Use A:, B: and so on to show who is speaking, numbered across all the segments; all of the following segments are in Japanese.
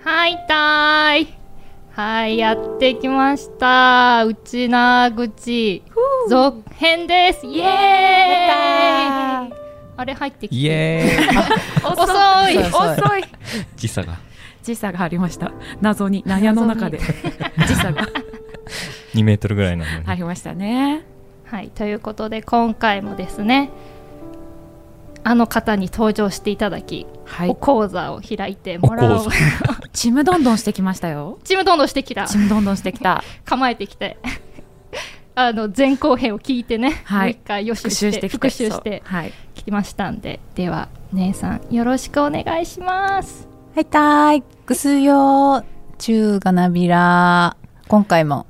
A: はい、たーい。はい、やってきました。うちなぐち続編です。イエーイ。
B: やった
A: あれ入ってき
C: イ
A: て。
C: エーイ
A: 遅い。
C: そうそう
B: 遅い
C: 時差が
B: 時差がありました謎に納屋の中 で時差が
C: 2メートルぐらいなのに、
B: ありましたね
A: はい、ということで、今回もですね。あの方に登場していただき、
B: は
A: お
B: い
A: 講座を開いてもら
C: お
A: おう
C: 講。
B: ちむどんどんしてきましたよ
A: ちむどんどんしてきた。
B: ちむどんどんしてきた
A: 構えてきて。 あの前後編を聞いてね、
B: は
A: も
B: い
A: う一回予習
B: 復
A: して
B: 習してきて
A: 復習して
B: そうはい
A: 来ましたんででは姉さんよろしくお願いします
D: はいたーい。ぐすよ中がなびら。今回も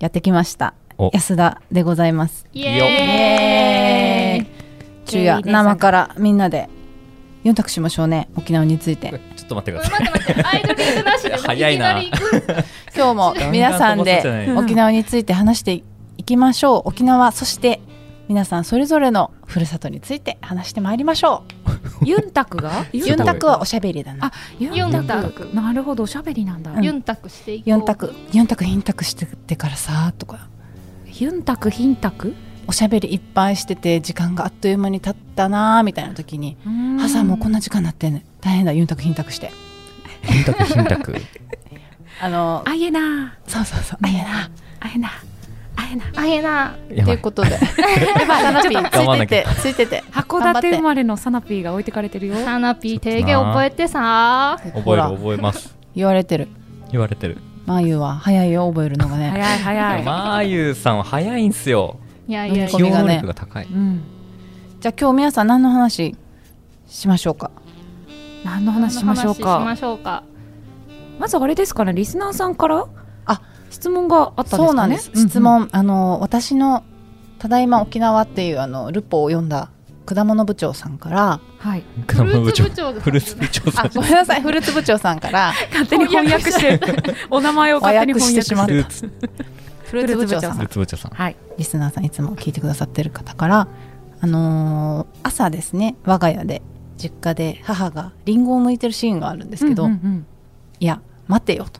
D: やってきました
C: お。
D: 安田でございます。
A: イ
C: よ
A: エーイ
D: 中夜生からみんなで4択しましょうね。沖縄について。
C: ちょっと待ってくだ
A: 待
C: さい
A: って待ってアイドリングなしで
C: 早いな
A: きり
D: 今日も皆さん
C: ガンガン飛ばすじゃ
D: で
C: ない
D: 沖縄について話していきましょう。沖縄、そして皆さんそれぞれのふるさとについて話してまいりましょ
B: ユンタクが
D: う。4択はおしゃべりだ
B: あ
D: な。
B: ユンタ
A: ユンタ
B: クなるほどおしゃべりなんだ
D: うん
A: ユンタクしていこう
D: 4択、4択、品択してってからさ、とか。
B: ユンタクヒンタク
D: おしゃべりいっぱいしてて時間があっという間に経ったなーみたいな時に「ハさんもうこん
B: な
D: な時間になってんね大変だゆんたくひんたくして
C: 品卓品卓」
D: あの
B: あえな
D: そうそうそうあいやな
B: あえなあえな
A: あえな
C: や
D: と
C: ば
D: いう
C: い
D: こと でサ ナピーつ
C: 頑張ん
D: い
C: な
D: て
C: きゃ
D: てついてて
B: 函館生まれのサナピーが置いてかれてるよ
A: サナピー提言覚えてさ
C: 覚える覚えます
D: 言われてる
C: 言われてる
D: まゆは早いよ覚えるのがね
B: 早い早い、
C: まーゆーさんは早いんすよ
A: いやいやいや
D: 飲み込
C: 適
D: み
C: 応
D: が
C: 能
D: ね
C: 力が高い
B: うん
D: じゃあ今日皆さん何の話しましょうか
B: 何の話しましょう
A: 話しま
B: か
A: しょうか
B: まずあれですかねリスナーさんから
D: あ
B: 質問があったんですかね
D: そうなんです質問あの私の「ただいま沖縄」っていうあのルポを読んだ果物部長さんから
B: はい
A: フルーツ部
C: 果
A: 長
C: フルーツ部長さん
D: あごめんなさいフルーツ部長さんから
B: 勝手に翻訳して お名前を勝手に翻訳して
D: 和
C: フ
D: 訳
C: ル
D: し
C: ーツフ
D: フルーツ部長さん
C: ルーツ部長さん
B: はい
D: リスナーさんいつも聞いてくださってる方から、あのー朝ですね我が家で実家で母がリンゴを剥いてるシーンがあるんですけど、
B: うんうんうん
D: いや待てよと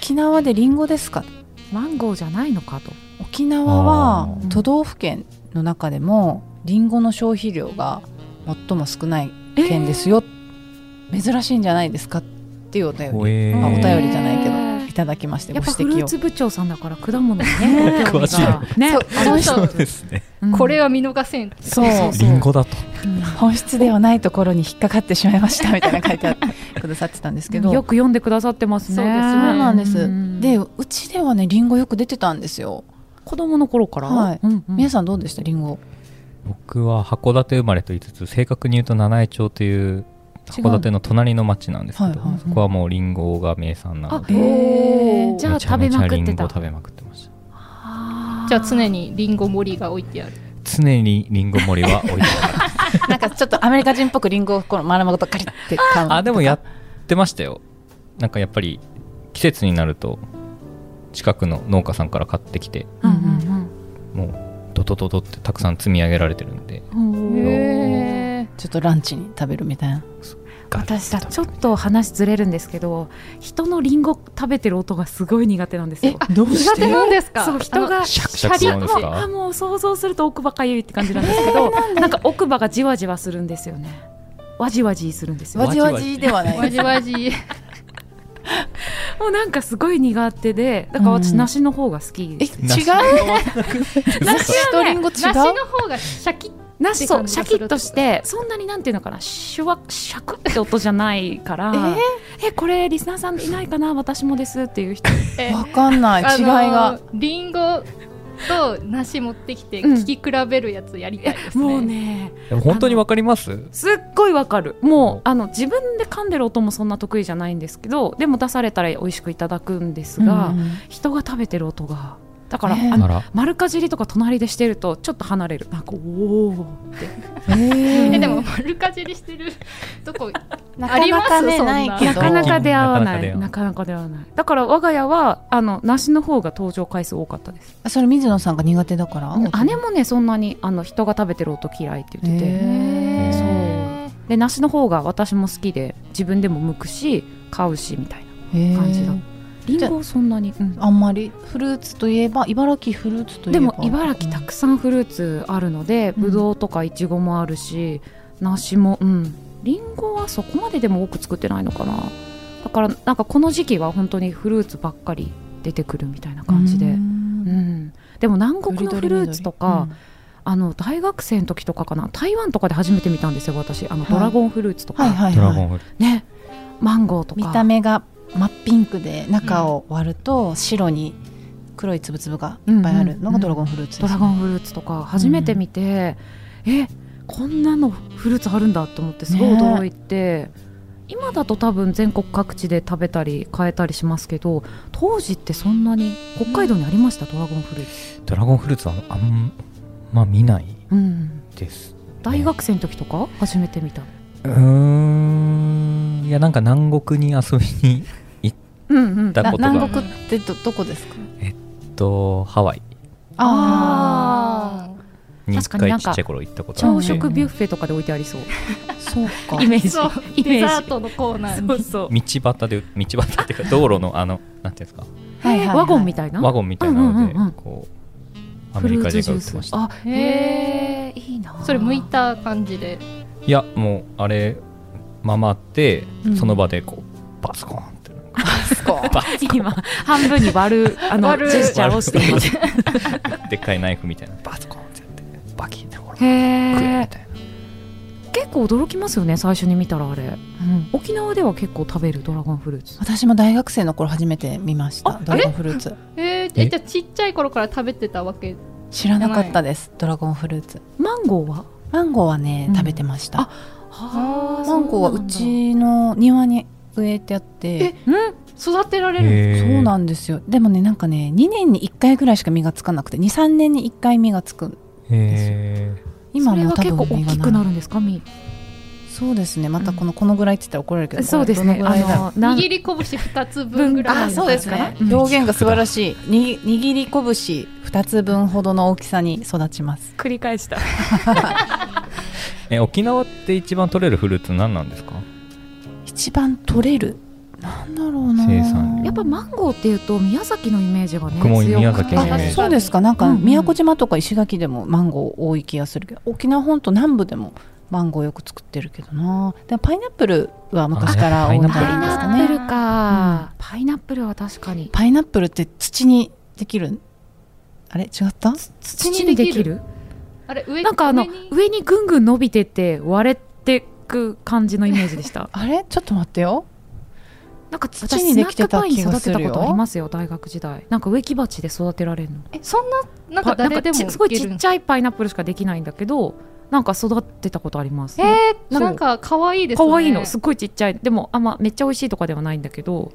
D: 沖縄でリンゴですか
B: マンゴーじゃないのかと
D: 沖縄は
C: あ
B: ー
D: 都道府県の中でもリンゴの消費量が最も少ない県ですよ、珍しいんじゃないですかっていうお便
C: お
D: り
C: えー
D: まあお便りじゃないけど
B: へ
D: いただきまして
B: や
D: ご
B: っぱフ
D: 指
B: ル
D: 摘
B: ー
D: を
B: ツ部長さんだから果物にね興味が
C: 詳しいな
B: ね
D: そう
A: ちょ
C: そ
A: っ
C: うですね
B: うん
A: とこれは見逃せん
D: そう
C: リンゴだと
D: 本質ではないところに引っかかってしまいましたみたいな書いてあってくださってたんですけど
B: よく読んでくださってますね
A: そうです
D: そうなんです。
B: ん
D: で、うちではね、リンゴよく出てたんですよ。
B: 子供の頃から
D: はい
B: うんうん
D: 皆さんどうでした、リンゴ。
C: 僕は函館生まれと言いつつ正確に言うと七重町という函館の隣の町なんですけ
D: はい
C: ど
D: はいはい
C: そこはもうリンゴが名産なの
B: あ
C: で
D: へー
B: じゃあ
C: めちゃ
B: 食
C: め
B: べ
C: ちゃ
B: まく
C: リ
B: って
C: ンゴ
B: た
C: 食べまくってました
A: じゃあ常
B: に
A: にリンゴ盛りが置いてある
C: 常にリンゴ盛りは置いてある
D: なんかちょっとアメリカ人っぽくリンゴをこの丸々ごとカリって買う。
C: あでもやってましたよなんかやっぱり季節になると近くの農家さんから買ってきて
B: うんうん
C: もうドドドドってたくさん積み上げられてるんで
B: うん
C: へ
D: ちょっとランチに食べるみたいな。
B: 私さ ちょっと話ずれるんですけど人のリンゴ食べてる音がすごい苦手なんですよ。
D: どう
A: 苦手なんですか
B: そう人が
C: シャクシャクするんです
B: もうあ
C: か
B: もう想像すると奥歯かゆいって感じなんですけど、なんか奥歯がじわじわするんですよねわじわじするんですよ
D: わじわじではな
A: わ
D: い
A: じ。わじ
B: もうなんかすごい苦手でだから私
D: うん
B: 梨の方が好き
D: え、
B: です、
D: 違う
B: 梨
D: 梨
B: は
D: と
B: ね
D: リンゴ違う
A: 梨の方がシャキッ
B: 梨
A: っ
B: そ
A: て感じが
B: うシャ
A: する
B: キッとしてそんなになんていうのかなシュワシャクって音じゃないからえこれリスナーさんいないかな私もですっていう人
A: え
D: わかんない。違いが。
A: リンゴと梨持ってきて
B: うん
A: 聞き比べるやつやりたいですね。
B: もうね
C: でも本当にわかります
B: すっごいわかるもうあの自分で噛んでる音もそんな得意じゃないんですけどでも出されたら美味しくいただくんですが、
D: うん
B: 人が食べてる音がだから、
D: ねえ
B: あ
C: あ
B: の
C: ら
B: 丸かじりとか隣でしてるとちょっと離れるなんかおー
A: え
D: えー
A: でも丸かじりしてる とこ
D: な
A: あ
D: か
A: りま
D: な
A: す
D: かね
A: そんな
D: ないけ
B: な
D: ど。
B: かなか出会わ
C: なかな
B: な
C: か出
B: い
C: 会わない
B: なかなか出会わないだから我が家はあの梨の方が登場回数多かったです
D: それ水野さんが苦手だから。
B: 姉もねそんなにあの人が食べてる音嫌いって言ってて、
D: へー
C: そう
A: えー
B: で梨の方が私も好きで自分でも剥くし買うしみたいな感じだ
D: へえ
B: りんごそんなに、うん
D: あんまりフルーツといえば茨城フルーツとい
B: で
D: えば
B: も茨城たくさんフルーツあるので
D: うん
B: ぶどうとかいちごもあるし、梨もうんりんごはそこまででも多く作ってないのかなだからなんかこの時期は本当にフルーツばっかり出てくるみたいな感じで、うんでも南国のフルーツとか、、あの大学生の時とかかな台湾とかで初めて見たんですよ私あの
D: はい
B: ドラゴンフルーツとか、
D: はいはい
C: ドラ
D: は
C: ゴ
D: い
C: ンフルーツ
B: ねマンゴーとか
D: 見た目が真っピンクで中を割ると白に黒いつぶつぶがいっぱいあるのがドラゴンフルーツ
B: ド
D: です
B: ラ
D: ね
B: ゴンフルーツとか初めて見て、えこんなのフルーツあるんだと思ってすごい
D: ね
B: 驚いて、今だと多分全国各地で食べたり買えたりしますけど当時ってそんなに北海道にありました、ドラゴンフルーツ、
C: ドラゴンフルーツはあんま見ない
B: うん、
C: です
B: 大学生の時とか初めて見た、
C: うーんいやなんか南国に遊びに
B: うんうん、
C: だ
D: な
C: 言葉
D: 南国ってどどこですか
C: えっとハワイ
A: あー
C: に一
B: 確かになん
C: 回ち
B: か
C: っちゃい頃行ったことあ
B: 朝
C: って
B: 食ビュッフェとかで置いてありそう、
D: あそうか
B: イメージ
A: そう
B: イ
A: デ
B: メ
A: ザ
B: ー
A: ー
B: ジ
A: トのコーナー
B: そう
A: に
B: そう
C: 道端で道端っていうか道路のあのなんていうんですか
D: はいはいはい
B: ワゴンみたいな
C: ワゴンみたいなので
B: うんうんうんうん
C: こうアメリカ人が売ってました
B: あへ
A: へ
B: えいいな
A: それ剥いた感じで
C: いやもうあれままって
D: うん
C: その場でこうバスコーンって
D: か
C: バスコーン
B: 今半分に割るあの
A: 割る
B: ジェスチャーをしています
C: でっかいナイフみたいなバスコーンってやってバキンってほら食
B: へ
C: えみ
B: え
C: たい
B: 結構驚きますよね最初に見たらあれ、沖縄では結構食べるドラゴンフルーツ
D: 私も大学生の頃初めて見ました
B: あ
D: ドラゴンフルーツ
A: えー、
C: え
A: えじゃあちっちゃい頃から食べてたわけ
D: 知らなかったですドラゴンフルーツ
B: マンゴーは
D: マンゴーはね
B: うん
D: 食べてました、
A: はあ
D: マンゴーはうちの庭に植えてあって
B: うん
A: 育てられ
C: な
A: る
C: へー
D: そうなんですよでもねなんかね2年に1回ぐらいしか実がつかなくて23年に1回実がつく
C: へー
D: 今
B: それ
D: も
B: は
D: 多
B: 結構大
D: 分実が
B: きくなるんですかみ
D: そうですねまたこのこのぐらいって言ったら怒られるけど
B: そうですね
D: これどの
B: あ
D: ぐらいだろう
B: のなん
A: 握り拳二つ分ぐらい
D: あそうですね、
B: うん
D: 表現が素晴らしいに握り拳2つ分ほどの大きさに育ちます
B: 繰り返した
C: え沖縄って一番取れるフルーツ何なんですか
D: 一番取れるなんだろうな
C: 生産量
B: やっぱマンゴーっていうと宮崎のイメージがね
C: 僕も
B: 強くて
C: 宮崎のイメー
D: あ
C: ジ
D: そうですかなんか
B: うんうん
D: 宮古島とか石垣でもマンゴー多い気がするけど沖縄本島南部でもマンゴーよく作ってるけどなでもパイナップルは昔から多いんじゃ
B: パイ
D: ないですか
B: ナッ
D: ね
B: プルか、パイナップルは確かに
D: パイナップルって土にできるあれ違った
A: 土にできる
B: る
A: あれ上
B: なんかあの
A: 上に
B: 上にぐんぐん伸びてって割れてく感じのイメージでした
D: あれちょっと待ってよ
B: なんか土
D: 土にできてた気がするよ
B: 育てたことありますよ大学時代なんか植木鉢で育てられるの
A: えそんななんか
B: パ
A: 誰でも
B: なんかちすごい
A: い
B: ち
A: ける
B: っちゃいパイナップルしかできないんだけどなんか育てたことあります
A: え
B: そ
A: ー、
B: う
A: なんか可愛いですね
B: 可愛いのすっごいちっちゃいでもあんまめっちゃ美味しいとかではないんだけど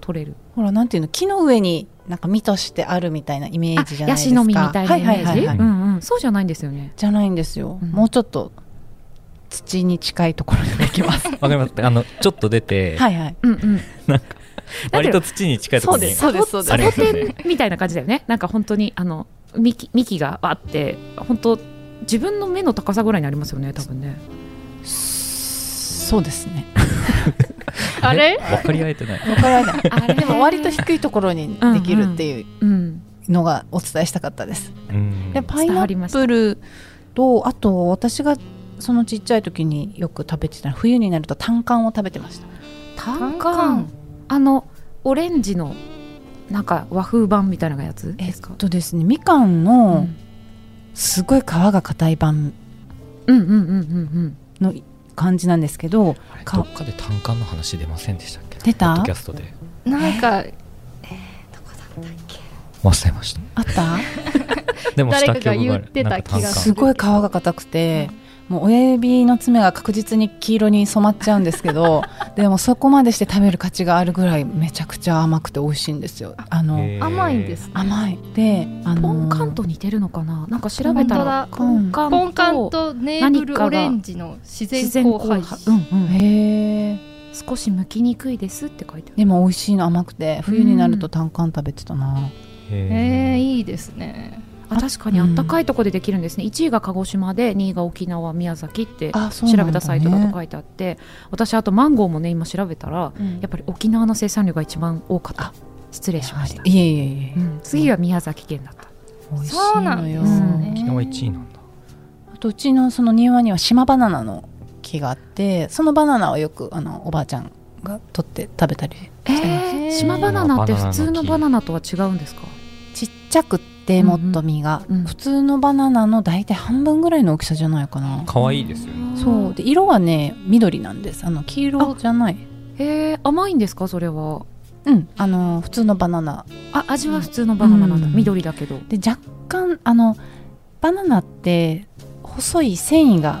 B: 取れる
D: ほらなんていうの木の上になんか実としてあるみたいなイメージじゃな
B: ヤ
D: いですか
B: シの実みたいなイメージ、
D: はいはいはいはい
B: うんうん、そうじゃないんですよね
D: じゃないんですよ、
B: うん
D: もうちょっと土に近いところにできます
C: わかりますあのちょっと出て、
D: はいはい
B: うんうん
C: 割と土に近いところに
D: そうですそうです
C: ありますよね
B: みたいな感じだよねなんか本当にあの幹幹があって本当自分の目の高さぐらいにありますよね多分ね
D: そうですね
A: あれ
C: 分かり合えてない
D: 分からない
B: あれ
D: でも割と低いところにできるっていう
B: うん
D: のがお伝えしたかったです、
C: うん
D: でパイナップルとあと私がそのちっちゃい時によく食べてた冬になるとタンカンを食べてました
B: 単
A: カ
B: 管
A: ン
B: あのオレンジのなんか和風版みたいなやつ
D: え
B: で
D: っ
B: すか、
D: とですねみかん
B: う
D: の
B: ん、
D: すごい皮が硬い版
B: うんうんうんうん
D: の感じなんですけど
C: あれ
D: か
C: どっかで単管の話出ませんでしたっけ
D: 出た
C: ポッドキャストで
A: なんかえーどこだったっけ
C: 忘れました
D: あった
C: でもした
A: 誰かが
C: 記憶がある
A: 言ってた気が
C: なんか
D: すごい皮が硬くて、もう親指の爪が確実に黄色に染まっちゃうんですけどでもそこまでして食べる価値があるぐらいめちゃくちゃ甘くて美味しいんですよあ
C: 単管
D: の
C: へー
A: 甘いんですね
D: 甘いであ
B: うんポ
D: の
B: ンカンと似てるのかななんか調べたら
D: ポン
B: カ
A: ポンカンとネーブルオレンジの自然
B: 自然
A: 交
B: 交
A: 配
B: 配、うんうん、
D: へえ
B: 少し剥きにくいですって書いてある
D: でも美味しいの甘くて冬になるとタンカン食べてたな、
C: へー
A: えー、いいですね
B: あ確かにあったかいとこでできるんですね、1位が鹿児島で2位が沖縄宮崎って
D: あそう
B: 調
D: なんだね
B: べたサイトだと書いてあって、私あとマンゴーもね今調べたら、
D: うん
B: やっぱり沖縄の生産量が一番多かった失礼しました、
D: いえいえいえ
B: う、ん、次は宮崎県だった、
D: 美味しい
A: そうなん
D: の
A: で
D: よ。
A: す
B: う
A: ね。
C: 沖縄1位なんだ
D: あとうちのその庭には島バナナの木があってそのバナナはよくあのおばあちゃんが取って食べたり
B: えー島バナナって普通のバナナとは違うんですか
D: ちっちゃくってもっと実が、
B: うんうんうん
D: 普通のバナナの大体半分ぐらいの大きさじゃないかな、
C: 可愛いですよね
D: そうで色はね緑なんですあの黄色じゃない
B: へえ甘いんですかそれは
D: うんあの普通のバナナ
B: あ味は普通のバナナなんだ、
D: うん
B: 緑だけど
D: で若干あのバナナって細い繊維
B: あ
D: が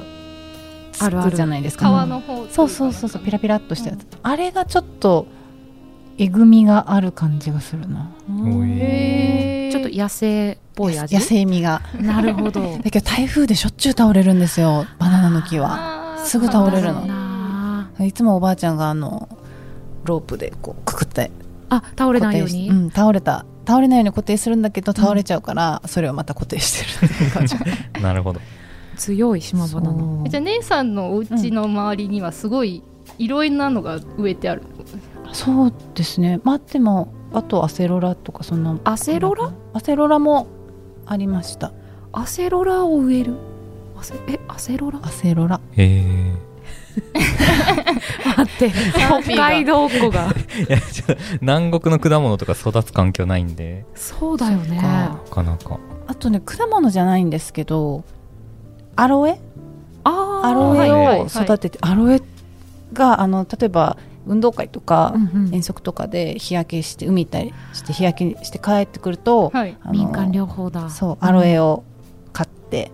D: つ
B: るあ
D: く
B: る
D: じゃないです
A: 皮
D: か
A: の方といか
D: そうそうそうそうピラピラっとしたやつ、
A: う
D: あれがちょっとえぐみがある感じがするな
C: おい
A: へー
B: ちょっと野生っぽい味
D: 野生味が
B: なるほど
D: だけど台風 でしょっちゅう倒れるんですよバナナの木
A: あ
D: は
A: ー
D: すぐ倒れるの
A: そうなんだ
B: ない
D: つもおばあちゃんがあのロープでこうくくって
B: あ倒れ
D: 固
B: ないよ
D: 定
B: う
D: し
B: に、
D: て、うん、倒れた倒れないように固定するんだけど倒れちゃうから、それをまた固定してるっていう 感じ
C: なるほど
B: 強い島バナナ
A: じゃあ姉さんのお家の周りにはすごいいろいろなのが植えてある、
D: そうですねまあでもあとアセロラとかそんな
B: アセロラ
D: アセロラもありました
B: アセロラを植えるアセえアセロラ
D: アセロラ
C: へえ
B: 待って北海道っ子が
C: いやちょっと南国の果物とか育つ環境ないんで
B: そうだよね
D: そ
B: あ
C: なかなか
D: あとね果物じゃないんですけどアロエ
B: あ
D: アロ
C: はいはい
D: エ
A: は
D: を
A: い
D: 育てて、アロエがあの例えば運動会とか
B: うんうん
D: 遠足とかで日焼けして海行ったりして日焼けして帰ってくると、
A: はい、
D: あの
B: 民間療法だ
D: そうアロエを買って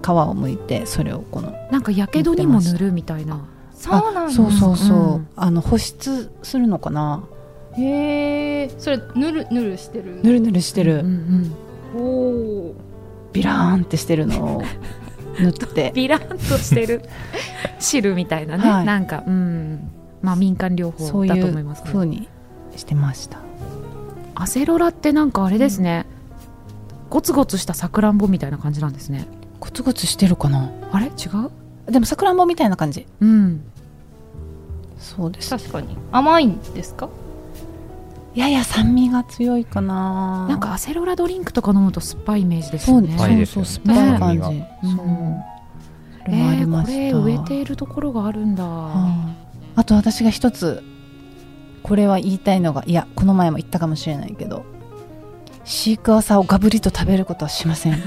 D: 皮をむいてそれをこの
B: なんかやけどにも塗るみたいな
A: そうなんだ
D: そうそうそう、
B: うん
D: あの保湿するのかな
A: へえそれぬるぬるしてる
D: ぬるぬるしてる、
B: うんうん
A: おお
D: ビラーンってしてるのを塗って
B: ビランとして る汁みたいなね、
D: はい
B: なんかうんまあ民間療
D: そ
B: 法
D: う
B: だ
D: い
B: と思いうますけど
D: 風にしてました
B: アセロラってなんかあれですね、ゴツゴツしたさくらんぼみたいな感じなんですね
D: ゴツゴツしてるかな
B: あれ違う
D: でもさくらんぼみたいな感じ
B: うん
D: そうです
A: 確かに甘いんですか
D: やや酸味が強いかな
B: なんかアセロラドリンクとか飲むと酸っぱいイメージです
D: そ
B: よ
D: う
B: ね
D: ね
C: ぱいです
D: そ
C: よね
D: うそう酸っぱい感じ
C: 酸味
D: そう
B: うん
D: それもありました、
B: えーこれ植えているところがあるん だ、
D: ああと私が一つこれは言いたいのがいやこの前も言ったかもしれないけどシークワーサーをガブリと食べることはしません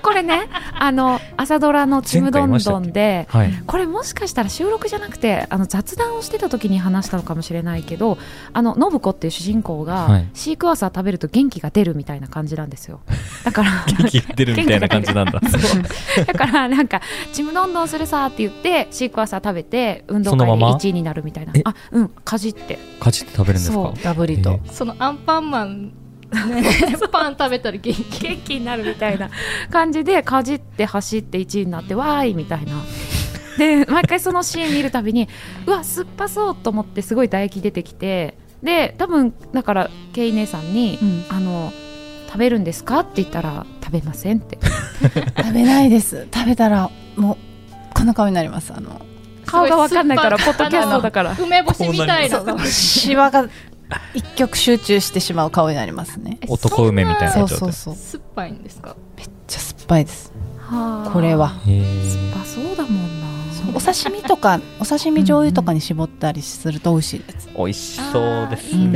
B: これねあの朝ドラの「ちむどんどん」で
C: はい
B: これもしかしたら収録じゃなくてあの雑談をしてた時に話したのかもしれないけどあの信子っていう主人公が、
C: はい
B: シークワーサー食べると元気が出るみたいな感じなんです よだから
C: 元気出るみたいな感じなん だ
B: だからなんか「ちむどんどんするさ」って言ってシークワーサー食べて運動
C: そ
B: 会
C: の
B: で
C: まま
B: 1位になるみたいな
C: え
B: あうんかじって
C: かじって食べるんです
B: そ
C: か
B: う
D: ガブリと、
C: えー
A: そのアンパンマン、ね、 パン食べたら元気
B: 元気になるみたいな感じでかじって走って1位になってわーいみたいな。で毎回そのシーン見るたびにうわ酸っぱそうと思ってすごい唾液出てきてで多分だからケイ姉さんに
D: うん
B: 「あの食べるんですか?」って言ったら「食べません」って
D: 食べないです食べたらもうこんな顔になりますあの
B: 顔が分かんないからポッドキャストだから
A: 梅干しみたいなの
D: シワが一極集中してしまう顔になりますね
A: え
C: 男梅みたいな
D: そ
C: 状
D: う
C: 態
D: そうそう
A: 酸っぱいんですか
D: じゃあ酸っぱいですこれは
C: へ
B: 酸
C: ー
B: っぱそうだもんな
D: お刺身とかお刺身醤油とかに絞ったりすると美味しいです
C: 美味しそうです
A: あーいい
C: ね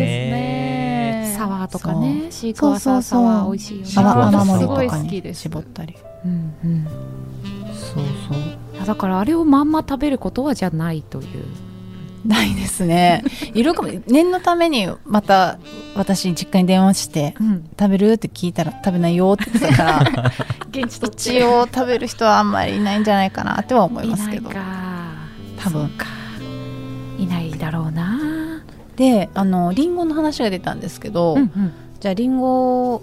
A: ですね
B: サワーとかねシークワーサーサワー美味しいよね
A: そうそうそう
D: 泡泡盛
A: すご
D: と
A: い
D: か
A: 好きで
D: に
A: す
D: 絞ったり
B: うんうん
D: そうそう
B: いやだからあれをまんま食べることはじゃないという
D: ないですねいるかも念のためにまた私実家に電話して
B: うん
D: 食べるって聞いたら食べないよって言ってたから
A: 現地とって
D: 一応食べる人はあんまりいないんじゃないかなっては思いますけど
B: いないか
D: 多分
B: そうかいないだろうな
D: であのリンゴの話が出たんですけど、じゃあリンゴを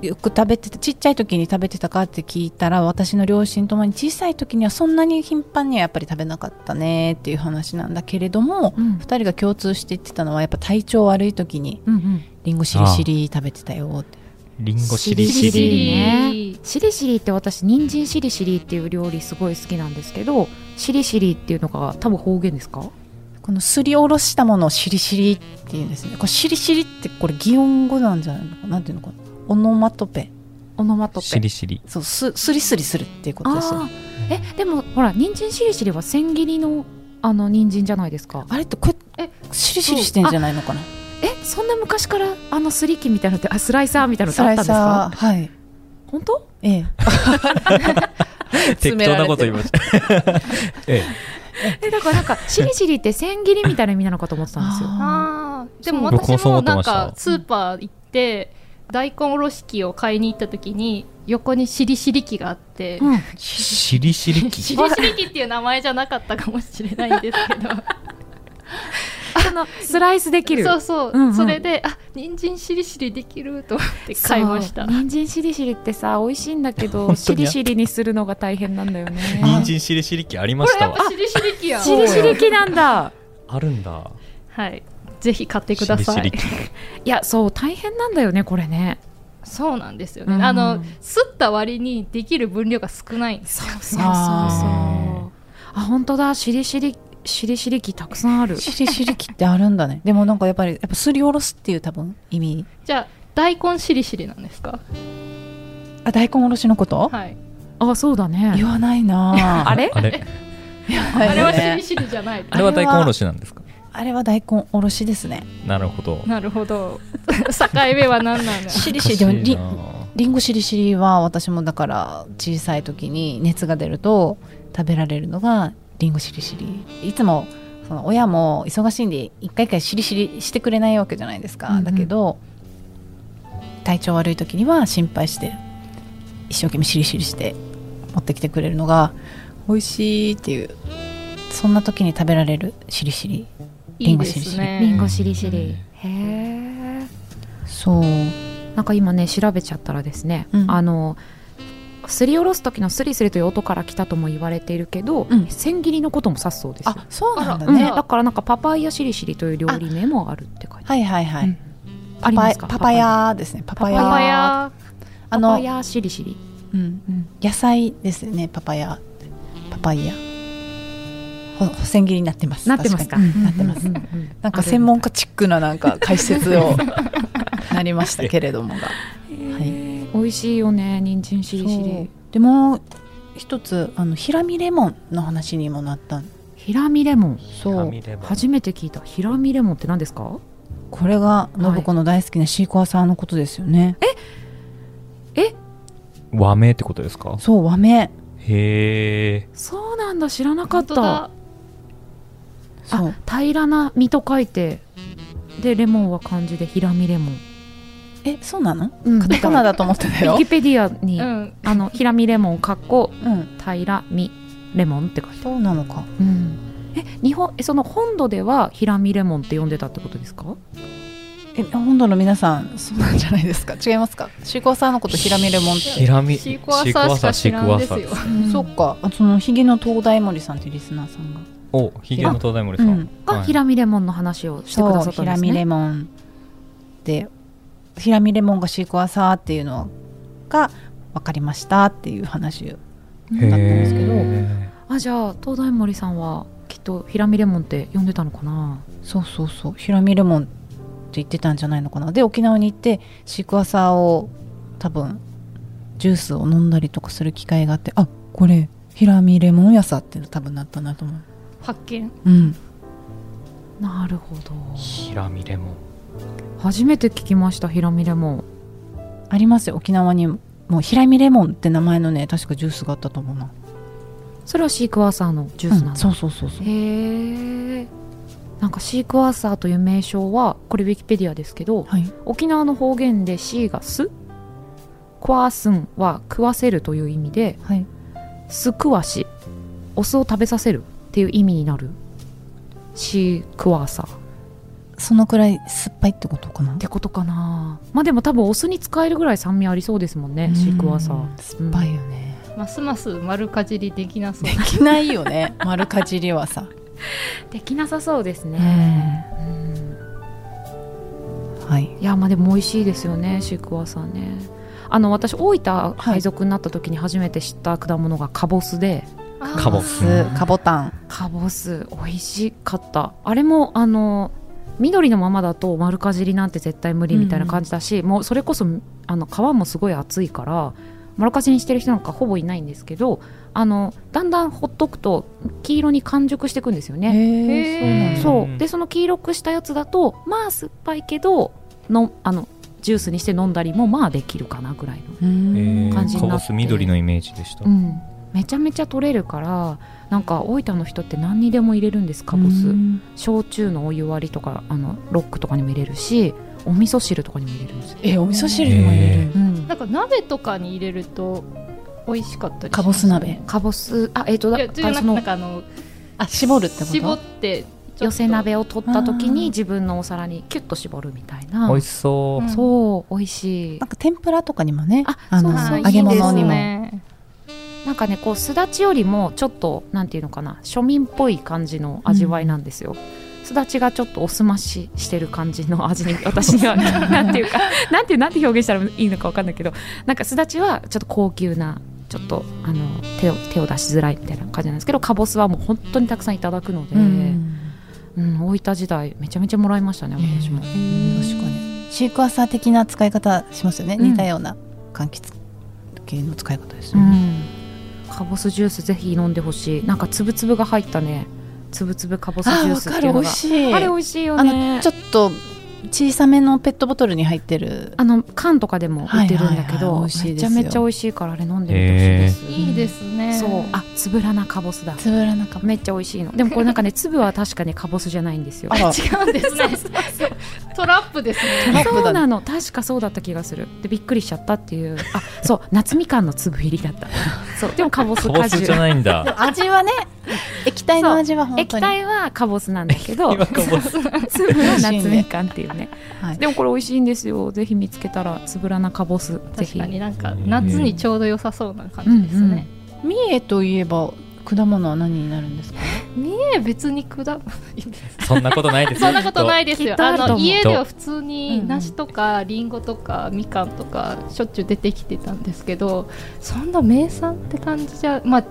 D: よく食べてたちっちゃい時に食べてたかって聞いたら私の両親ともに小さい時にはそんなに頻繁にはやっぱり食べなかったねっていう話なんだけれども、
B: うん
D: 2人が共通して言ってたのはやっぱ体調悪い時に
B: うんうん
D: リンゴしりしり食べてたよって
C: リンゴしり
B: し
C: し
B: り
C: り
B: ねしりしりって私人参しりしりっていう料理すごい好きなんですけどしりしりっていうのが多分方言ですか
D: このすりおろしたものをしりしりっていうんですねこれしりしりってこれ擬音語なんじゃないのかななんていうのかなオノマトペ
B: オノマトペ
C: しりしり
D: そうすすりすりするっていうことですよ
B: あーえでもほら人参しりしりは千切りのあの人参じゃないですか
D: あれってこれ
B: え
D: しりしりしてんじゃないのかな
B: えそんな昔からあのすり機みたいなのってあスライサーみたいなのっ
D: ス
B: てあ
D: ラ
B: ったんで
D: イ
B: すか
D: サーはい
B: 本当
D: ええ
C: 適当なこと言いました え
B: えだからなんかしりしりって千切りみたいな意味なのかと思ってたんですよ
D: あ
A: あーでも
C: そう僕も
A: 私
C: そう思
A: も
C: って
A: なん
C: ました
A: かスーパー行って大根おろし器を買いに行った時に横にしりしり器があって、
B: うん
C: えしりし
A: し
C: りき
A: りしり器っていう名前じゃなかったかもしれないんですけど
B: そのスライスできる
A: そうそう、
B: うんうん
A: それであ人参しりしりできると思って買いました
B: そう人参しりしりってさ美味しいんだけど
C: 本当
B: し
C: に
B: りしりにするのが大変なんだよね
C: 人参しりしりきありま
A: こ
C: し
A: れや
C: た
A: っ
C: わ
A: ぱしりしり器やん
B: しりしり器なんだ
C: あるんだ
A: はいぜひ買ってください
C: しりしり器
B: いやそう大変なんだよねこれね
A: そうなんですよね、
B: うん
A: あのすった割にできる分量が少ないんです
B: そうそうそうそう
D: あ
B: あ本当だしりしりしりしり器たくさんある
D: しりしりきってあるんだねでもなんかやっぱりやっぱすりおろすっていう多分意味
A: じゃあ大根しりしりなんですか
D: あ大根おろしのこと、
A: はい
B: あそうだね
D: 言わないな ぁ
B: あれ
C: あれ
A: あれはし
D: ね
A: りしりじゃない
C: あれは大根おろしなんですか
D: あれは大根おろしですね
C: なるほど
A: なるほど 境目は何なの
D: しりし
C: 難
D: り
C: し
D: でも
C: い
D: り
C: な
D: りんごしりしりは私もだから小さい時に熱が出ると食べられるのがりんごしりしりいつもその親も忙しいんで一回一回しりしりしてくれないわけじゃないですか、
B: うんうん
D: だけど体調悪い時には心配して一生懸命しりしりして持ってきてくれるのが美味しいっていうそんな時に食べられるしりしり
A: いいです
B: りん
A: ね
B: ごしりしりへえ
D: そう
B: なんか今ね調べちゃったらですね、
D: うん
B: あのすりおろす時のスリスリという音から来たとも言われているけど、
D: うん
B: 千切りのことも指すそうですよ
D: あそうなんだ
B: うん
D: ね、
B: だからなんかパパイヤしりしりという料理名もあるって書いてあ
D: はいはいはい、
B: る、うんありますか
D: パパヤですねパパヤ
A: パパヤ
D: あ
B: パパ
D: の、
B: ヤしりしり
D: うん
B: うん
D: 野菜ですねパパヤパパイヤほほ千切りになってます
B: なってますか
D: 確にうんなってます
B: うんうんうん
D: なんか専門家チックななんか解説をなりましたけれどもが
B: はい美味しいよね人参しりし
D: そう
B: り
D: でもう一つあのひらみレモンの話にもなったん
B: ひらみレモン
D: そ
C: 紙
D: う
C: レモン
B: 初めて聞いたひらみレモンって何ですか
D: これが
B: い
D: 信子の大好きなシークワーサーのことですよね、
C: 和名ってことですか
D: そう和
C: へ
D: 名
C: え
B: そうなんだ知らなかっ
A: 本当
B: た
A: だ
D: そう
B: あ平らな実と書いてでレモンは漢字でひらみレモン
D: えそうなの
B: うん
D: カタカナだと思ってた
B: ウィ
D: よ
B: キ、ペディアに、
A: うん
B: あのひらみレモンかっこ
D: うん、
B: 平らみレモンって書いてある
D: そうなのか
B: え日本えその本土ではひらみレモンって呼んでたってことですか
D: え本土の皆さんそうなんじゃないですか違いますかシークワーサーのことひらめレモンっ
C: ひ
D: て
C: らみ
A: シークワーサーしか知らんですよ
D: そっかあそのひげの東大森さんってリスナーさんが
C: おひげの東大森さん、
D: うん
B: がひらみレモンの話をしてくだ
D: そ
B: さったん
D: うひ
B: で
D: ら
B: す
D: みレ
B: ね
D: モンでひらみレモンがシークワーサーっていうのが分かりましたっていう話を
B: うん
D: だったんですけど
C: へ
B: あじゃあ東大森さんはきっとひらみレモンって呼んでたのかな
D: そうそうそうひらみレモンって言ってたんじゃないのかなで沖縄に行ってシークワーサーを多分ジュースを飲んだりとかする機会があってあこれひらみレモンやさっていうの多分なったなと思う
A: 発見
D: うん
B: なるほど
C: ーひらみレモン
B: 初めて聞きましたひらみレモン
D: ありますよ沖縄にももうひらみレモンって名前のね確かジュースがあったと思うな
B: それはシークワーサーのジュースなん
D: うん
B: だ、
D: そうそうそうそう
B: へえなんかシークワーサーという名称はこれウィキペディアですけど
D: はい
B: 沖縄の方言で「シーが「す」「クワースン」は「食わせる」という意味で
D: はい
B: 「すくわし」「お酢を食べさせる」っていう意味になるシークワーサーっ
D: そのくらい酸っぱいってことかな
B: てことかなまあでも多分お酢に使えるぐらい酸味ありそうですもんねシークワーサ
D: うん
B: ー
D: 酸っぱいよね、
A: ますます丸かじりできなそう
D: できない よね丸かじりはさ
B: できなさそうです
D: ね
B: ね、うん
D: はい
B: いやまあでも美味しいですよねシークワーサーねあの私大分配属になった時に初めて知った果物がカボスで、
C: カボ
D: すかぼたん
B: カボス美味しかったあれもあの緑のままだと丸かじりなんて絶対無理みたいな感じだし、もうそれこそあの皮もすごい厚いから丸かじりにしてる人なんかほぼいないんですけどあのだんだんほっとくと黄色に完熟していくんですよね。
A: へ
D: へ
A: ー
D: えそう
B: そ
C: うん
B: うでその黄色くしたやつだとまあ酸っぱいけどのあのジュースにして飲んだりもまあできるかなぐらいの、
D: なんだ
C: え
D: うん
C: ー
B: 感じに
C: カ
B: な
C: ボ
B: って
C: ス緑のイメージでした、
B: うん、めちゃめちゃ取れるからなんか大分の人って何にでも入れるんですカボス
D: うん
B: 焼酎のお湯割りとかあのロックとかにも入れるしお味噌汁とかにも入れるんですよ、
D: えお味噌汁にも入れる
B: うん
A: な、んか鍋とかに入れると美味しかったりします
D: かぼす鍋
B: カボスあえっ、とだ
A: いやじゃ
B: あ
A: な
B: そ
A: くな
B: の
A: んかあの
D: あ絞るってこと
A: 絞ってちょっと
B: 寄せ鍋を取った時
D: あー
B: に自分のお皿にキュッと絞るみたいな
C: 美味しそう、
A: うん
B: そう美味しい
D: なんか天ぷらとかにもね
B: あ
D: あの
B: そうそう
D: 揚げ物にも
A: ね
B: なんかねこうすだちよりもちょっとなんていうのかな庶民っぽい感じの味わいなんですよ、すだちがちょっとおすまししてる感じの 味に私にはなんていうかなんていうなんて表現したらいいのかわかんないけどなんかすだちはちょっと高級なちょっとあの手を手を出しづらいみたいな感じなんですけどかぼすはもう本当にたくさんいただくので、
D: う
B: うん
D: ん
B: 大分時代めちゃめちゃもらいましたね私も、
D: 確かにシークワーサー的な使い方しますよね、
B: うん
D: 似たような柑橘系の使い方です
B: う
D: よね、
B: ん、かぼすジュースぜひ飲んでほしいなんかつぶつぶが入ったねつぶつぶかぼすジュースっていうのが
D: しい
B: あれ美味しいよ
D: あ
B: ね
D: のちょっと小さめのペットボトルに入ってる
B: あの缶とかでも売ってるんだけ
D: はいはいはい
B: ど
D: 美味しい
B: め
D: です
B: ち
D: よ
B: ゃめちゃ美味しいからあれ飲んでみてほしいです、
A: いいですね
B: そうあつぶらなかぼすだ
D: つぶらなか
B: めっちゃ美味しいのでもこれなんかね粒は確かにかぼすじゃないんですよ
D: あ
A: 違
D: ら
A: うんですね トラップですね
D: ラッ
B: そ
D: プ
B: う
D: だ
B: な
D: ね
B: の確かそうだった気がするでびっくりしちゃったっていうあそう夏みかんの粒入りだったそうでもかぼす
C: カボ
B: 果
C: スじ
B: 汁
C: ゃないん だ
D: 味はね液体の味は本当に
B: 液体はかぼすなんだけど
C: 今カボス
B: 粒は夏みかんっていうね
D: はい
B: でもこれ美味しいんですよぜひ見つけたらつぶらなかぼすぜ
A: 確
B: ひ
A: かになんか夏にちょうど良さそうな感じですね、
D: 三重といえば果物は何になるんですか
A: え別に果物
C: そんなことないです
A: そんなことないです
B: き
A: よ
B: っとあ
A: あ
B: ると思
A: の
B: う
A: 家では普通
D: う
A: に
D: ん
A: 梨とかリンゴとかみかんとかしょっちゅう出てきてたんですけどそんな名産って感じじゃまあ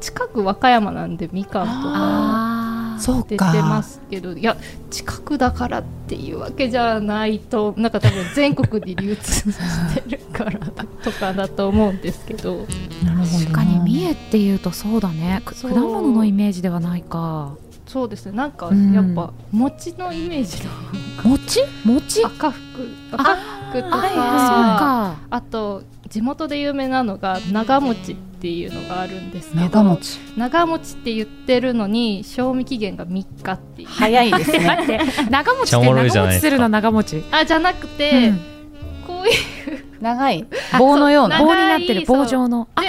A: 近く和歌山なんでみかんとか
B: あー
D: そう
A: 出て
D: か
A: ますけどいや近くだからっていうわけじゃないとなんか多分全国に流通してるからだとかだと思うんですけど
D: なるほど
B: 確かに三重っていうとそうだねく
A: そ
B: 果
A: う
B: 物のイメージではないか
A: そうですねなんか
B: うん
A: やっぱ餅のイメージの
B: 餅餅
A: 赤服赤服と
B: あ
A: か
B: ーそうか
A: あと地元で有名なのが長餅っていうのがあるんですけど
D: 長持ち
A: 長餅って言ってるのに賞味期限が3日っていう
D: 早いですね
B: 待って長持ち
C: めっちゃ
B: っ
C: お
B: て
C: もろいじゃ
B: 長持
C: ないで
B: ち
C: すか
B: するの長持ち、
A: あじゃなくて、
B: うん
A: こういう
D: 長い棒のよう
A: あ
D: な
A: そう
B: 棒になってる
A: 長い
B: 棒状のあ
A: で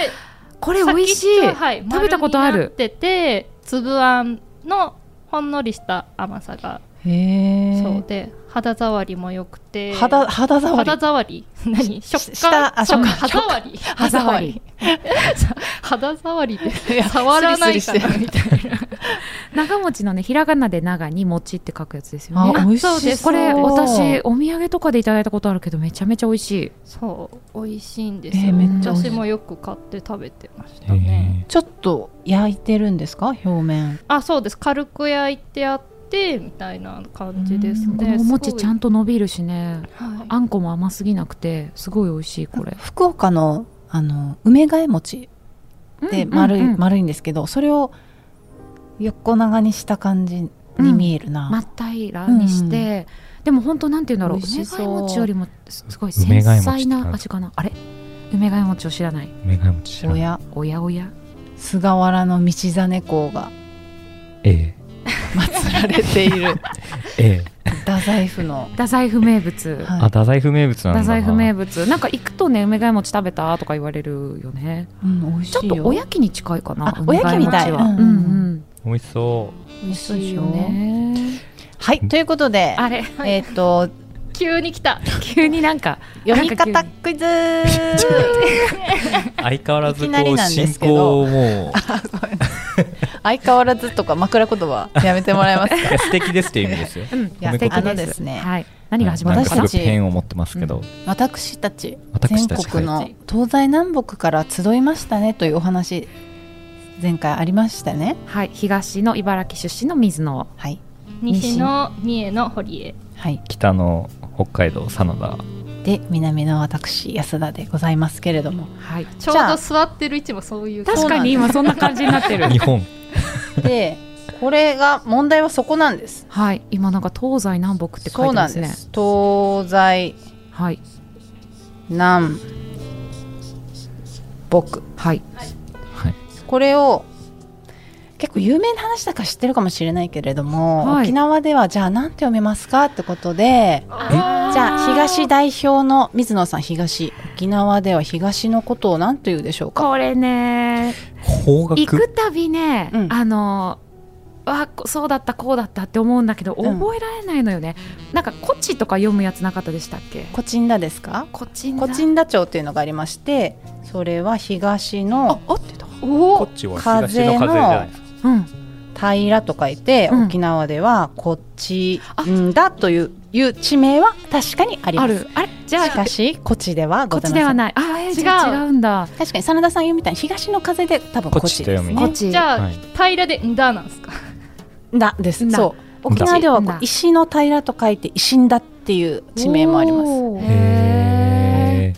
B: これ美味しい
A: 先っちょはい、
B: 食べたことある
A: 丸になってて粒あんのほんのりした甘さが
D: へ
A: そう
D: え
A: で肌触りも良くて
D: 肌肌触り
A: 肌触り何食
D: 下
A: 感
D: あそ
A: 食
D: うか
A: 肌触り
D: 肌触り
A: 肌触りで
D: いや
A: 触らない
D: ス
A: か
D: リスリ
A: な
D: して
A: みたいな
B: 長持ちのねひらがなで長に餅って書くやつですよね
D: あ美味しそう
A: そうです
B: これ
A: そうです
B: 私お土産とかでいただいたことあるけどめちゃめちゃ美味しい
A: そう美味しいんですよ、
D: えー
B: めっちゃ美味
A: 私
D: しい
A: もよく買って食べてましたね、
C: え
D: ちょっと焼いてるんですか表面
A: あそうです軽く焼いてあってみたいな感じです
D: うん
B: こ
A: ね
B: のお餅ちゃん
A: と、
B: と伸びるしね
A: はい
B: あんこも甘すぎなくてすごい美味しいこれ
D: 福岡のあの梅替え餅で丸い,、
B: うんうんうん
D: 丸いんですけどそれを横長にした感じに見えるな、
B: 真っ平らにして、でも本当なんて言うんだろう
D: 美味し
B: 梅
D: そう
B: 貝餅よりもすすごい
C: 梅
B: 繊
C: 貝餅って
B: 細
C: なんだ
B: な味かなあれ梅貝餅を知らない
C: ーメガネ持ち知ら
D: お
C: ない
D: や
B: おやおや
D: 菅原の道真公が
C: ええ
D: 祀られて いる
C: ええ
D: 太宰府の、
B: 太宰府名物
D: はい
C: あ太宰府名物なんだ
B: 太宰府名
C: 物
B: 物なんか行くとね梅貝餅食べたとか言われるよね
D: うん、美味し
B: ちょっ
D: いよ
B: とおやきに近いかな
D: あ
B: 梅貝餅
A: おやきみたい
B: はうん
D: うん
B: うん
C: 美味しそう
D: 美味
B: そう
D: しい
B: よ
D: よね
B: ね
D: はいということで
B: あれ
D: えっ、と
A: 急に来た
B: 急になんか
D: 読み
B: な
D: 方
B: んか
D: クイズ
C: 相変わらず
D: いきな
C: こ
D: り
C: う
D: なんで
C: 進
D: すけど
C: 行をもう
D: 相変わらずとか枕言葉やめてもらえますか
C: いや素敵ですっていう意味ですよ
B: 急にうん
D: いや
C: 褒め言
D: あ
C: 葉
D: のですね
B: はい何が始まる
C: な
B: の
C: ん
B: かな
C: かす
D: 私た
C: ぐ
D: ち
C: ペンを持ってますけど、
D: 私たち
C: 私たち
D: 全国
A: は
D: の
A: い
D: 東西南北から集いましたねというお話前回ありましたね
B: はい、東の茨城出身の水野
D: はい
A: 西の三重の堀江
D: はい
C: 北の北海道真田
D: で南の私安田でございますけれ ども
B: はい
A: ちょうど座ってる位置もそういう
B: 確かに今そんな感じになってる
C: 日本
D: でこれが問題はそこなんです
B: はい今なんか東西南北って書い
D: そう
B: て
D: な
B: ま
D: ん
B: す
D: で
B: ね
D: す東西
B: はい
D: 南北
B: はい
C: はい
D: これを結構有名な話だから知ってるかもしれないけれども、
B: はい
D: 沖縄ではじゃあ何て読めますかってことで
A: あ
D: じゃあ東代表の水野さん東沖縄では東のことを何と言うでしょうか
B: これね行
C: 方角
B: くたびね、
D: うん
B: あのわそうだったこうだったって思うんだけど
D: ん
B: 覚えられないのよね、なんか「こっち」とか読むやつなかったでしたっけ
D: コチンダですか
B: こっちんだ
D: コチンダ町っていうのがありましてそれは東
B: あ
D: の
B: 合ってた
A: お
C: こ
A: お
C: っちは東の風じゃないですか
B: うん
D: 平と書いて、
B: うん
D: 沖縄ではコチンダといういう地名は確かにあり
B: あ
D: ます
B: るあれじゃ
D: し
B: あ
D: かしコチでは
B: こ
D: ご
B: っ
D: ざい
B: ち
D: ませ
B: で
D: ん
B: はないあえー、じゃあ
A: 違う
B: 違うんだ
D: 確かに真田さん言うみたいに東の風で多分こっちですね
C: こっ
B: ち
A: じゃあ、
C: はい
A: 平らでんだなんですか
D: だです
B: だ
D: そう沖縄ではこう石の平と書いて石んだっていう地名もあります
B: おー
C: へ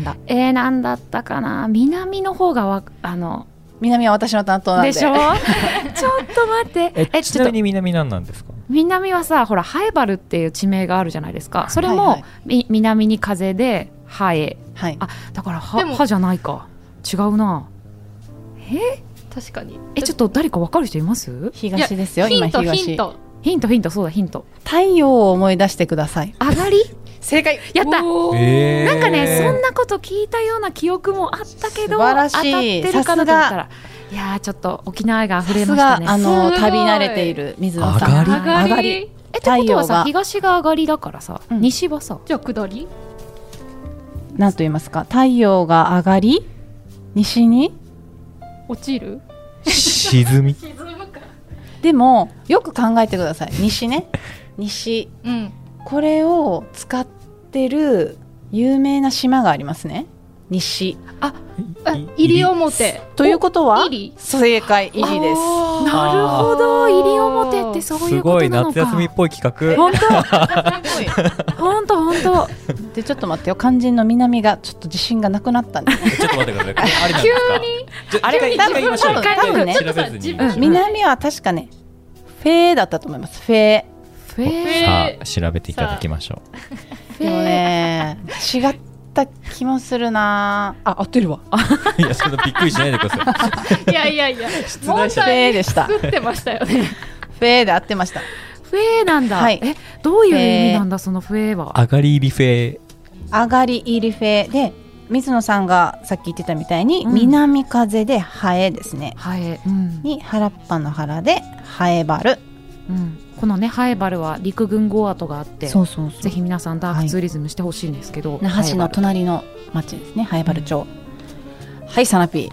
C: ー
D: だ
B: えー、なんだったかな南の方がわあの
D: 南は私の担当なんで
B: でしょ ちょっと待って
C: え
B: え
C: ち
B: ちょ
C: な
B: っ
C: み
B: と
C: に南なんなんですか
B: 南はさほらハエバルっていう地名があるじゃないですかそれも、
D: はいはい
B: み南に風でハエ
D: はい
B: あだから
A: で
B: は
A: も
B: 歯じゃないか違うな
A: 確かに
B: えちょっと誰かわかる人います
D: 東ですよ
A: ヒ
D: 今
A: ント
D: 東
A: ヒント
B: ヒントヒントそうだヒント
D: 太陽を思い出してください
B: 上 がり
D: 正解
B: やった
A: おー
C: えー
B: なんかねそんなこと聞いたような記憶もあったけど
D: 素晴らしい
B: 当たってるかなと思ったらいやーちょっと沖縄愛が溢
D: さ
B: れ
D: す
B: ました
D: が
B: ね
D: あの
A: すごい
D: 旅慣れている水野さん
C: 上
A: 上がり
D: 上がり
B: えってことは
D: 太陽が
B: さ東が上がりだからさ、
D: うん
B: 西はさ
A: じゃあ下り
D: 何と言いますか太陽が上がり西に
A: 落ちる
C: 沈み
A: 沈むか
D: でもよく考えてください 西ね西
A: うん
D: これを使ってる有名な島がありますね西
A: あ入表
D: ということは
A: イリ
D: 正解イリです
B: あーなるほど入り表ってそうい
C: す
B: うこ
C: ご
B: と
C: い
B: なの
C: 夏
B: か
C: 休みっぽい企画
B: 本当本当本当
D: おでちょっと待ってよ肝心の南がちょっと自信がなくなったんで
C: ちょっと待ってくださいこれありなんですか急にあれ一回言いましょうよ
D: 多分
C: 一回
D: ね
C: 調べずに
A: ちょっとさ自分
B: うん
D: 南は確かねフェーだったと思いますフェー
B: フェ
C: さあ調べていただきましょ
B: フ
D: でも
B: ェ
D: ね違った気もするなあ合ってるわ
C: ういやそんなびっくりしないでくださ い
A: いやいやいや問
D: フェー
A: 題
D: でしたフ
A: 作ってましたよね
D: ェーで合ってました
B: フェなんだ、
D: はい
B: えどういう意味なんだそのフェは
C: 上がり入りフェ
D: 上がり入りフェーで水野さんがさっき言ってたみたいに、
B: うん
D: 南風でハエですね
B: ハエ、うん
D: に原っぱの原でハエバル
B: うん、このねハエバルは陸軍ゴアトがあって
D: うそう
B: ぜひ皆さんダークツーリズムしてほしいんですけど、
D: 那覇市
B: ハエバ
D: の
B: ル
D: 隣の町ですね、ハエバル町。はい、サナピー。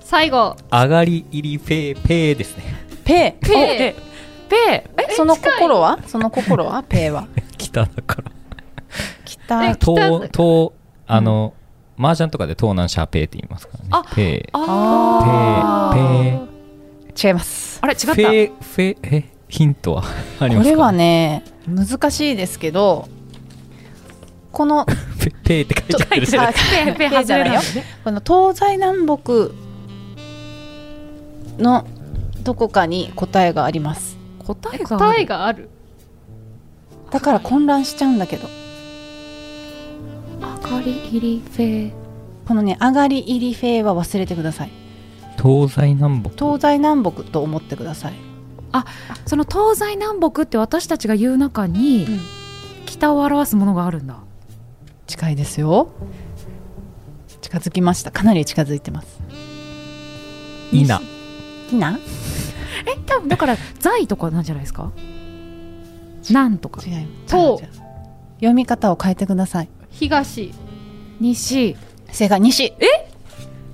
A: 最後
C: 上がり入りフェペーですね
D: ペー。
A: ペ
B: えペー
D: その心はその心はペーは。
C: 北だから
D: 北
A: え。北
C: 東東あの麻雀とかで東南シャーペーって言いますからね
B: あ
C: ペー
B: あ
C: ペ
B: ー
C: ーペー
D: 違います。
B: あれ違
C: フ
B: った
C: ェフェえヒントはあり
D: こ
C: ますか
D: れはね、難しいですけど、こ の、
C: フェペーって書いてあるじゃない
D: あ
C: ですか
B: ペーペー
D: ペーじゃないよ
B: 外
D: この東西南北のどこかに答えがあります。
B: 答えがある
A: 答えがある
D: だから混乱しちゃうんだけど、
B: あかり入りフェ
D: このね、上がり入りフェーは忘れてください。
C: 東西南北
D: 東西南北と思ってください。
B: その東西南北って私たちが言う中に、
D: うん
B: 北を表すものがあるんだ
D: 近いですよ近づきましたかなり近づいてます
C: いな
D: きな
B: え多分だから在とかなんじゃないですか南とか
D: 違います
A: そう
D: 違う違う読み方を変えてください
A: 東
B: 西
D: 正解西え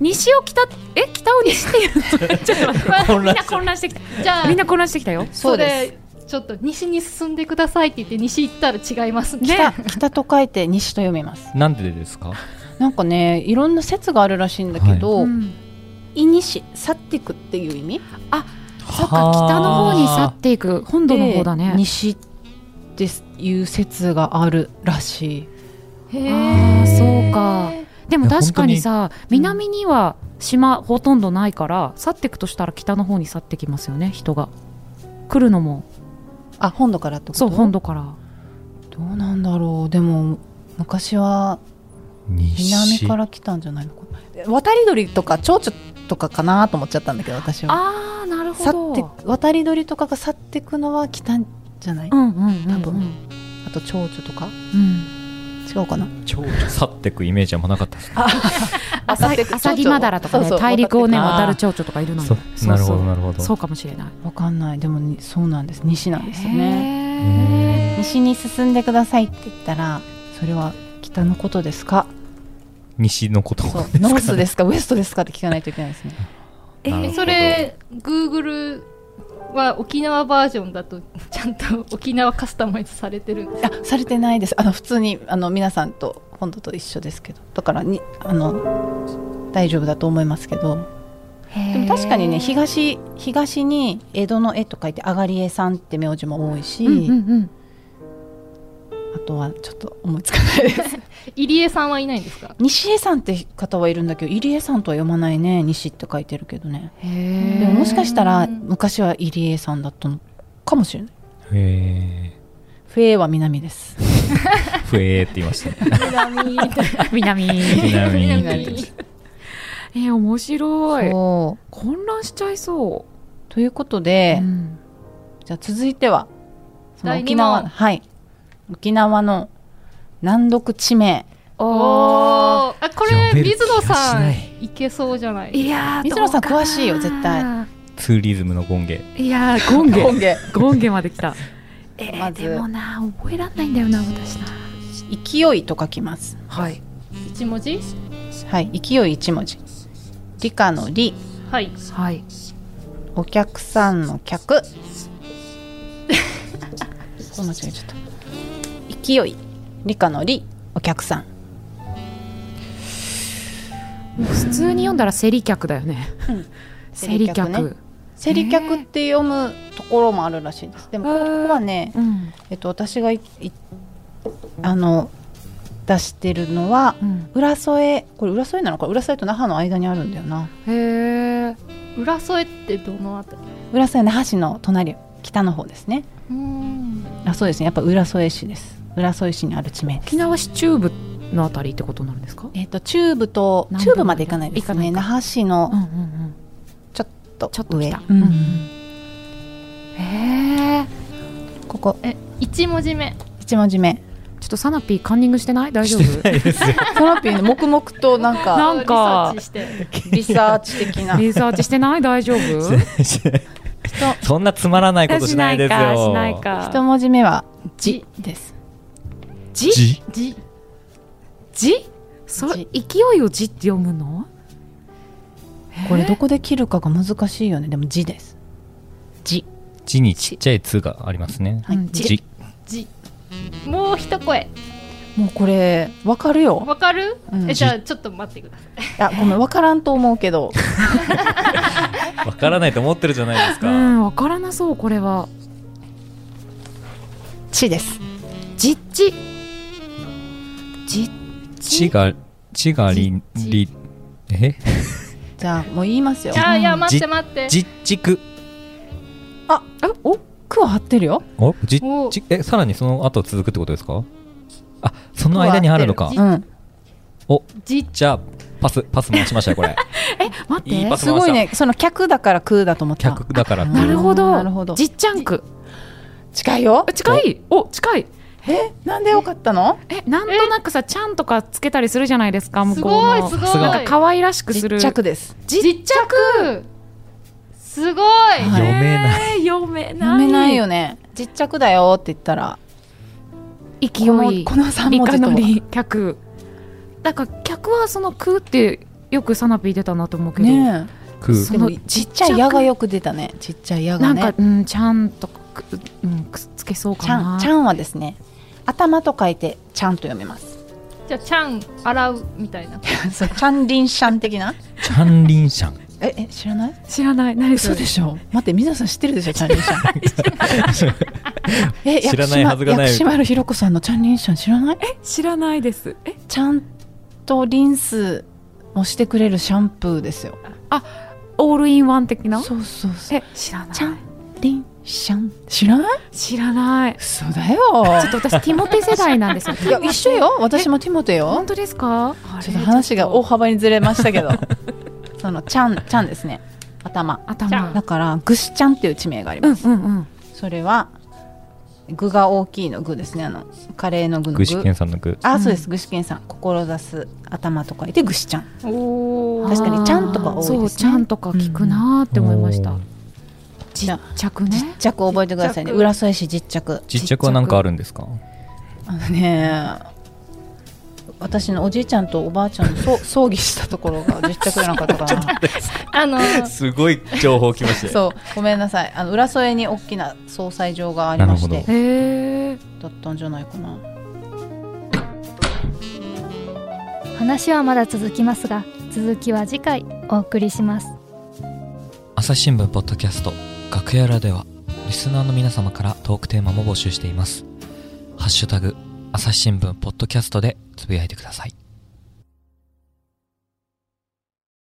B: 西を北 え北を西っていうのちょっと待ってみん
C: 混乱
B: な混乱してき
A: じゃあ
B: た みんな混乱してきたよ
D: そうです
A: れちょっと西に進んでくださいって言って西行ったら違いますね
D: 北北と書いて西と読み ます
C: なんでですか
D: なんかねいろんな説があるらしいんだけ
B: う
D: ど、
B: ん
D: イニシ去っていくっていう意味
B: そっか北の方に去っていく本土の方だね
D: で西っていう説があるらしい
A: へ
B: あーそうかでも
C: いや
B: 確かにさ南には島ほとんどないから去っていくとしたら北の方に去ってきますよね人が来るのも
D: あ本土からってこと
B: そう本土から
D: どうなんだろうでも昔は南
C: 西
D: から来たんじゃないのかな渡り鳥とか蝶々とかかなと思っちゃったんだけど私は
B: ああなるほ
D: 去
B: ど
D: って渡り鳥とかが去ってくのは北んじゃない、
B: うんうんうんうん
D: 多分あと蝶々とか
B: うん
D: 違うかな
C: ちょうど去ってくイメージはあんまなかったですね
B: ア
D: 渡
B: サ
D: ってく
B: アサギマダラとか
D: そ
B: ね
D: うそう
B: 大陸をね
D: 渡
B: 渡
D: って
B: る
D: く
B: 蝶々とかいるのよ
C: そう
B: そう
C: なるほ
B: そ
C: ど
B: う
C: なるほど
B: そうかもしれない
D: わかんないでもにそうなんです西なんですよね
B: へー
D: 西に進んでくださいって言ったらそれは北のことですか
C: 西のこと
D: そ う
C: ですか
D: ノースですかウエストですかって聞かないといけないですね
A: え
C: なるほ
A: ー、
C: ど
A: それ Google は沖縄バージョンだとちゃんと沖縄カスタマイズされてるんです
D: あされてないですあの普通にあの皆さんと本土と一緒ですけどだからにあの大丈夫だと思いますけどでも確かにね東東に江戸の絵と書いてあがりえさんって名字も多いし、
B: うんうんうん
D: あとはちょっと思いつかないです
A: 入江さんはいないんですか
D: 西江さんって方はいるんだけど入江さんとは読まないね西って書いてるけどね
B: へー
D: でももしかしたら昔は入江さんだったのかもしれない
C: へ
D: フェーは南です
C: ーふえーって言いましたね
A: 南
B: 南
C: 南って言ってま
A: 南
C: し
B: えー面白い
D: そ
B: 混乱しちゃいそ
D: いということ
B: う、
D: で、
B: うん
D: じゃあ続いてはその
A: 第
D: 沖
A: 二問
D: 縄はい沖縄の難読地名
A: おーあこれ
C: 呼べる気
A: 水野
C: がし
A: さ
C: なん
A: いけそうじゃない
B: いやー
D: 水野さん
B: どうかな
D: 詳しいよ絶対
C: ツーリズムの権 限
B: いやーゴンゲ
D: 本家
B: ゴンゲまで来たえー
D: まず
B: でもな覚えらんないんだよな私な
D: 勢いと書きます
B: はい
A: 一文字
D: はい勢い一文字理科の理
A: はい
B: はい
D: お客さんの 客これ間違えちゃった勢い理科の理お客さん
B: もう普通に読んだらセリ客だよね
D: うん
B: セリ客、
D: セリ客セリ客って読むところもあるらしいですでもここはね、
B: うん
D: えっと、私がいいあの出してるのは
B: うん
D: 浦添これ浦添なのか浦添と那覇の間にあるんだよな
B: へえ
A: 浦添ってどのあたり
D: 浦添那覇市の隣北の方ですね
A: うん
D: あそうですねやっぱ浦添市です浦添市にある地名です
B: 沖縄市中部のあたりってことになるんですか
D: えっと中部と
B: 南部
D: 中部まで行かないです
B: 行かな
D: ね
B: いか
D: 那覇市の
B: うんうんうん
D: ちょっと上
B: ちょっと来た、
D: うん
B: へえ
D: ここ
A: え一文字目
D: 一文字目
B: ちょっとサナピーカンニングしてない大丈夫
C: して ないですよ
D: トラピーの黙々となんか
B: なんか
A: リサーチして
D: リサーチ的な
B: リサーチしてない大丈夫
C: してないしてないそんなつまらないことしないですよ
B: しないかしない
D: 一
B: か
D: 文字目は「じ」です
B: じ
C: じ
A: じ
B: じそ勢
D: じ
B: いをじって読むの
D: これど
B: こ
D: こで切るかが難しいよねでも「じ」です
B: じ
C: じにちっちゃいつがありますね
D: はい
B: うんじ
C: じ
A: じもう一声
D: もうこれわかるよ
A: わかる、
D: うん
A: えじゃあちょっと待ってください
D: あごめんわからんと思うけど
C: わからないと思ってるじゃないです
B: う
C: か
B: んわからなそうこれは
D: 「ち」です
B: じっちじっ
C: ちがちがり
A: じ
C: りえ
D: じゃあもう言いますよ
A: いやいや
B: うん
A: 待って待って
C: じっちく
B: あお
D: 「く」は張ってるよ
C: おじ
A: お
C: ちえさらにその後続くってことですかあその間にあるのか
A: じ
D: うん
C: お
A: じ
C: じゃあパスパス回しましたよ これ
B: え待っ
C: いい
B: て
C: パス
D: すごいねその「客」だから「く」だと思った
C: 客だからって
B: なるほど
D: なるほど
B: じっちゃんく
D: 近いよ
B: あ近いお近い
D: えなんでよかったの
B: えなんとなくさちゃんとかつけたりするじゃないですか向
A: す
B: こう
A: ごい
B: の
A: すご
C: さす
A: い
C: が
B: なんか可愛らしく
D: じ
B: する
D: っちゃくです
B: じ
A: ちっちゃくすごい、
D: は
C: 読めない
B: えー読めない
D: 飲めないよね「じっちゃくだよ」って言ったら
B: 勢
D: この
B: い
D: この3
B: 理
D: 文
B: 科
D: 字と
B: の
D: は
B: り客だから客はその空ってよくサナピー出たなと思うけど、
D: ねえ
C: く
B: そ
D: で
B: の
D: もちっちゃい「や」がよく出たねちっちゃい「や」
B: な
D: が
B: んか
D: ね
B: うんちゃんとく,、うん、くっつけそうか
D: ちゃ
B: なん
D: ちゃんはですね頭と書いてちゃんと読めます
A: じゃあちゃん洗うみたいな
D: そうちゃんりんしゃん的な
C: チャンリンシャン。
D: ええ知らない
B: 知らない何それ
D: しょ待って水野さん知ってるでしょちゃんりん しゃんえ
C: 知らないはずがない
D: 薬師丸ひろ子さんのちゃんりんしゃん知らないえ
B: 知らないですえ
D: ちゃんとリンスもしてくれるシャンプーですよ
B: オールインワン的な
D: そうそうそう
B: え知らない
D: ちゃんりんしゃん知らない
B: 知らない
D: そうだよ
B: ちょっと 私ティモテ世代なんですよ
D: いや一緒よ私もティモテよ
B: 本当ですか
D: ちょっと話が大幅にずれましたけど そのちゃんちゃんですね頭
A: ち
B: 頭
A: ゃ
D: だからぐしちゃんっていう地名があり
B: うん
D: ます、
B: うんうん
D: それは具が大きいの具ですねあのカレーの具の
C: 具志堅
D: 具
C: さんの具。
D: あそうです具志堅さん志す頭と書いてぐしちゃん
A: おお
D: 確かにちゃんとか多いですね
B: そうちゃんとか聞くなーって思いました、
C: おー
D: じゃ
B: 着
D: ちっ
B: ね
D: ちゃく覚えてください
A: ち
D: ね
A: っちゃく
D: 浦添市実着
C: 実着は何かあるんですか
D: あのね私のおじいちゃんとおばあちゃんのそう葬儀したところが実着じゃな かったかな
A: あの
C: すごい情報きましたよ。
D: そうごめんなさいあの浦添に大きな葬祭場がありまし
C: なる
D: て
C: ほ
B: へえ
D: だったんじゃないかな
E: 話はまだ続きますが続きは次回お送りします
C: 朝日新聞ポッドキャスト楽屋裏ではリスナーの皆様からトークテーマも募集していますハッシュタグ朝日新聞ポッドキャストでつぶやいてください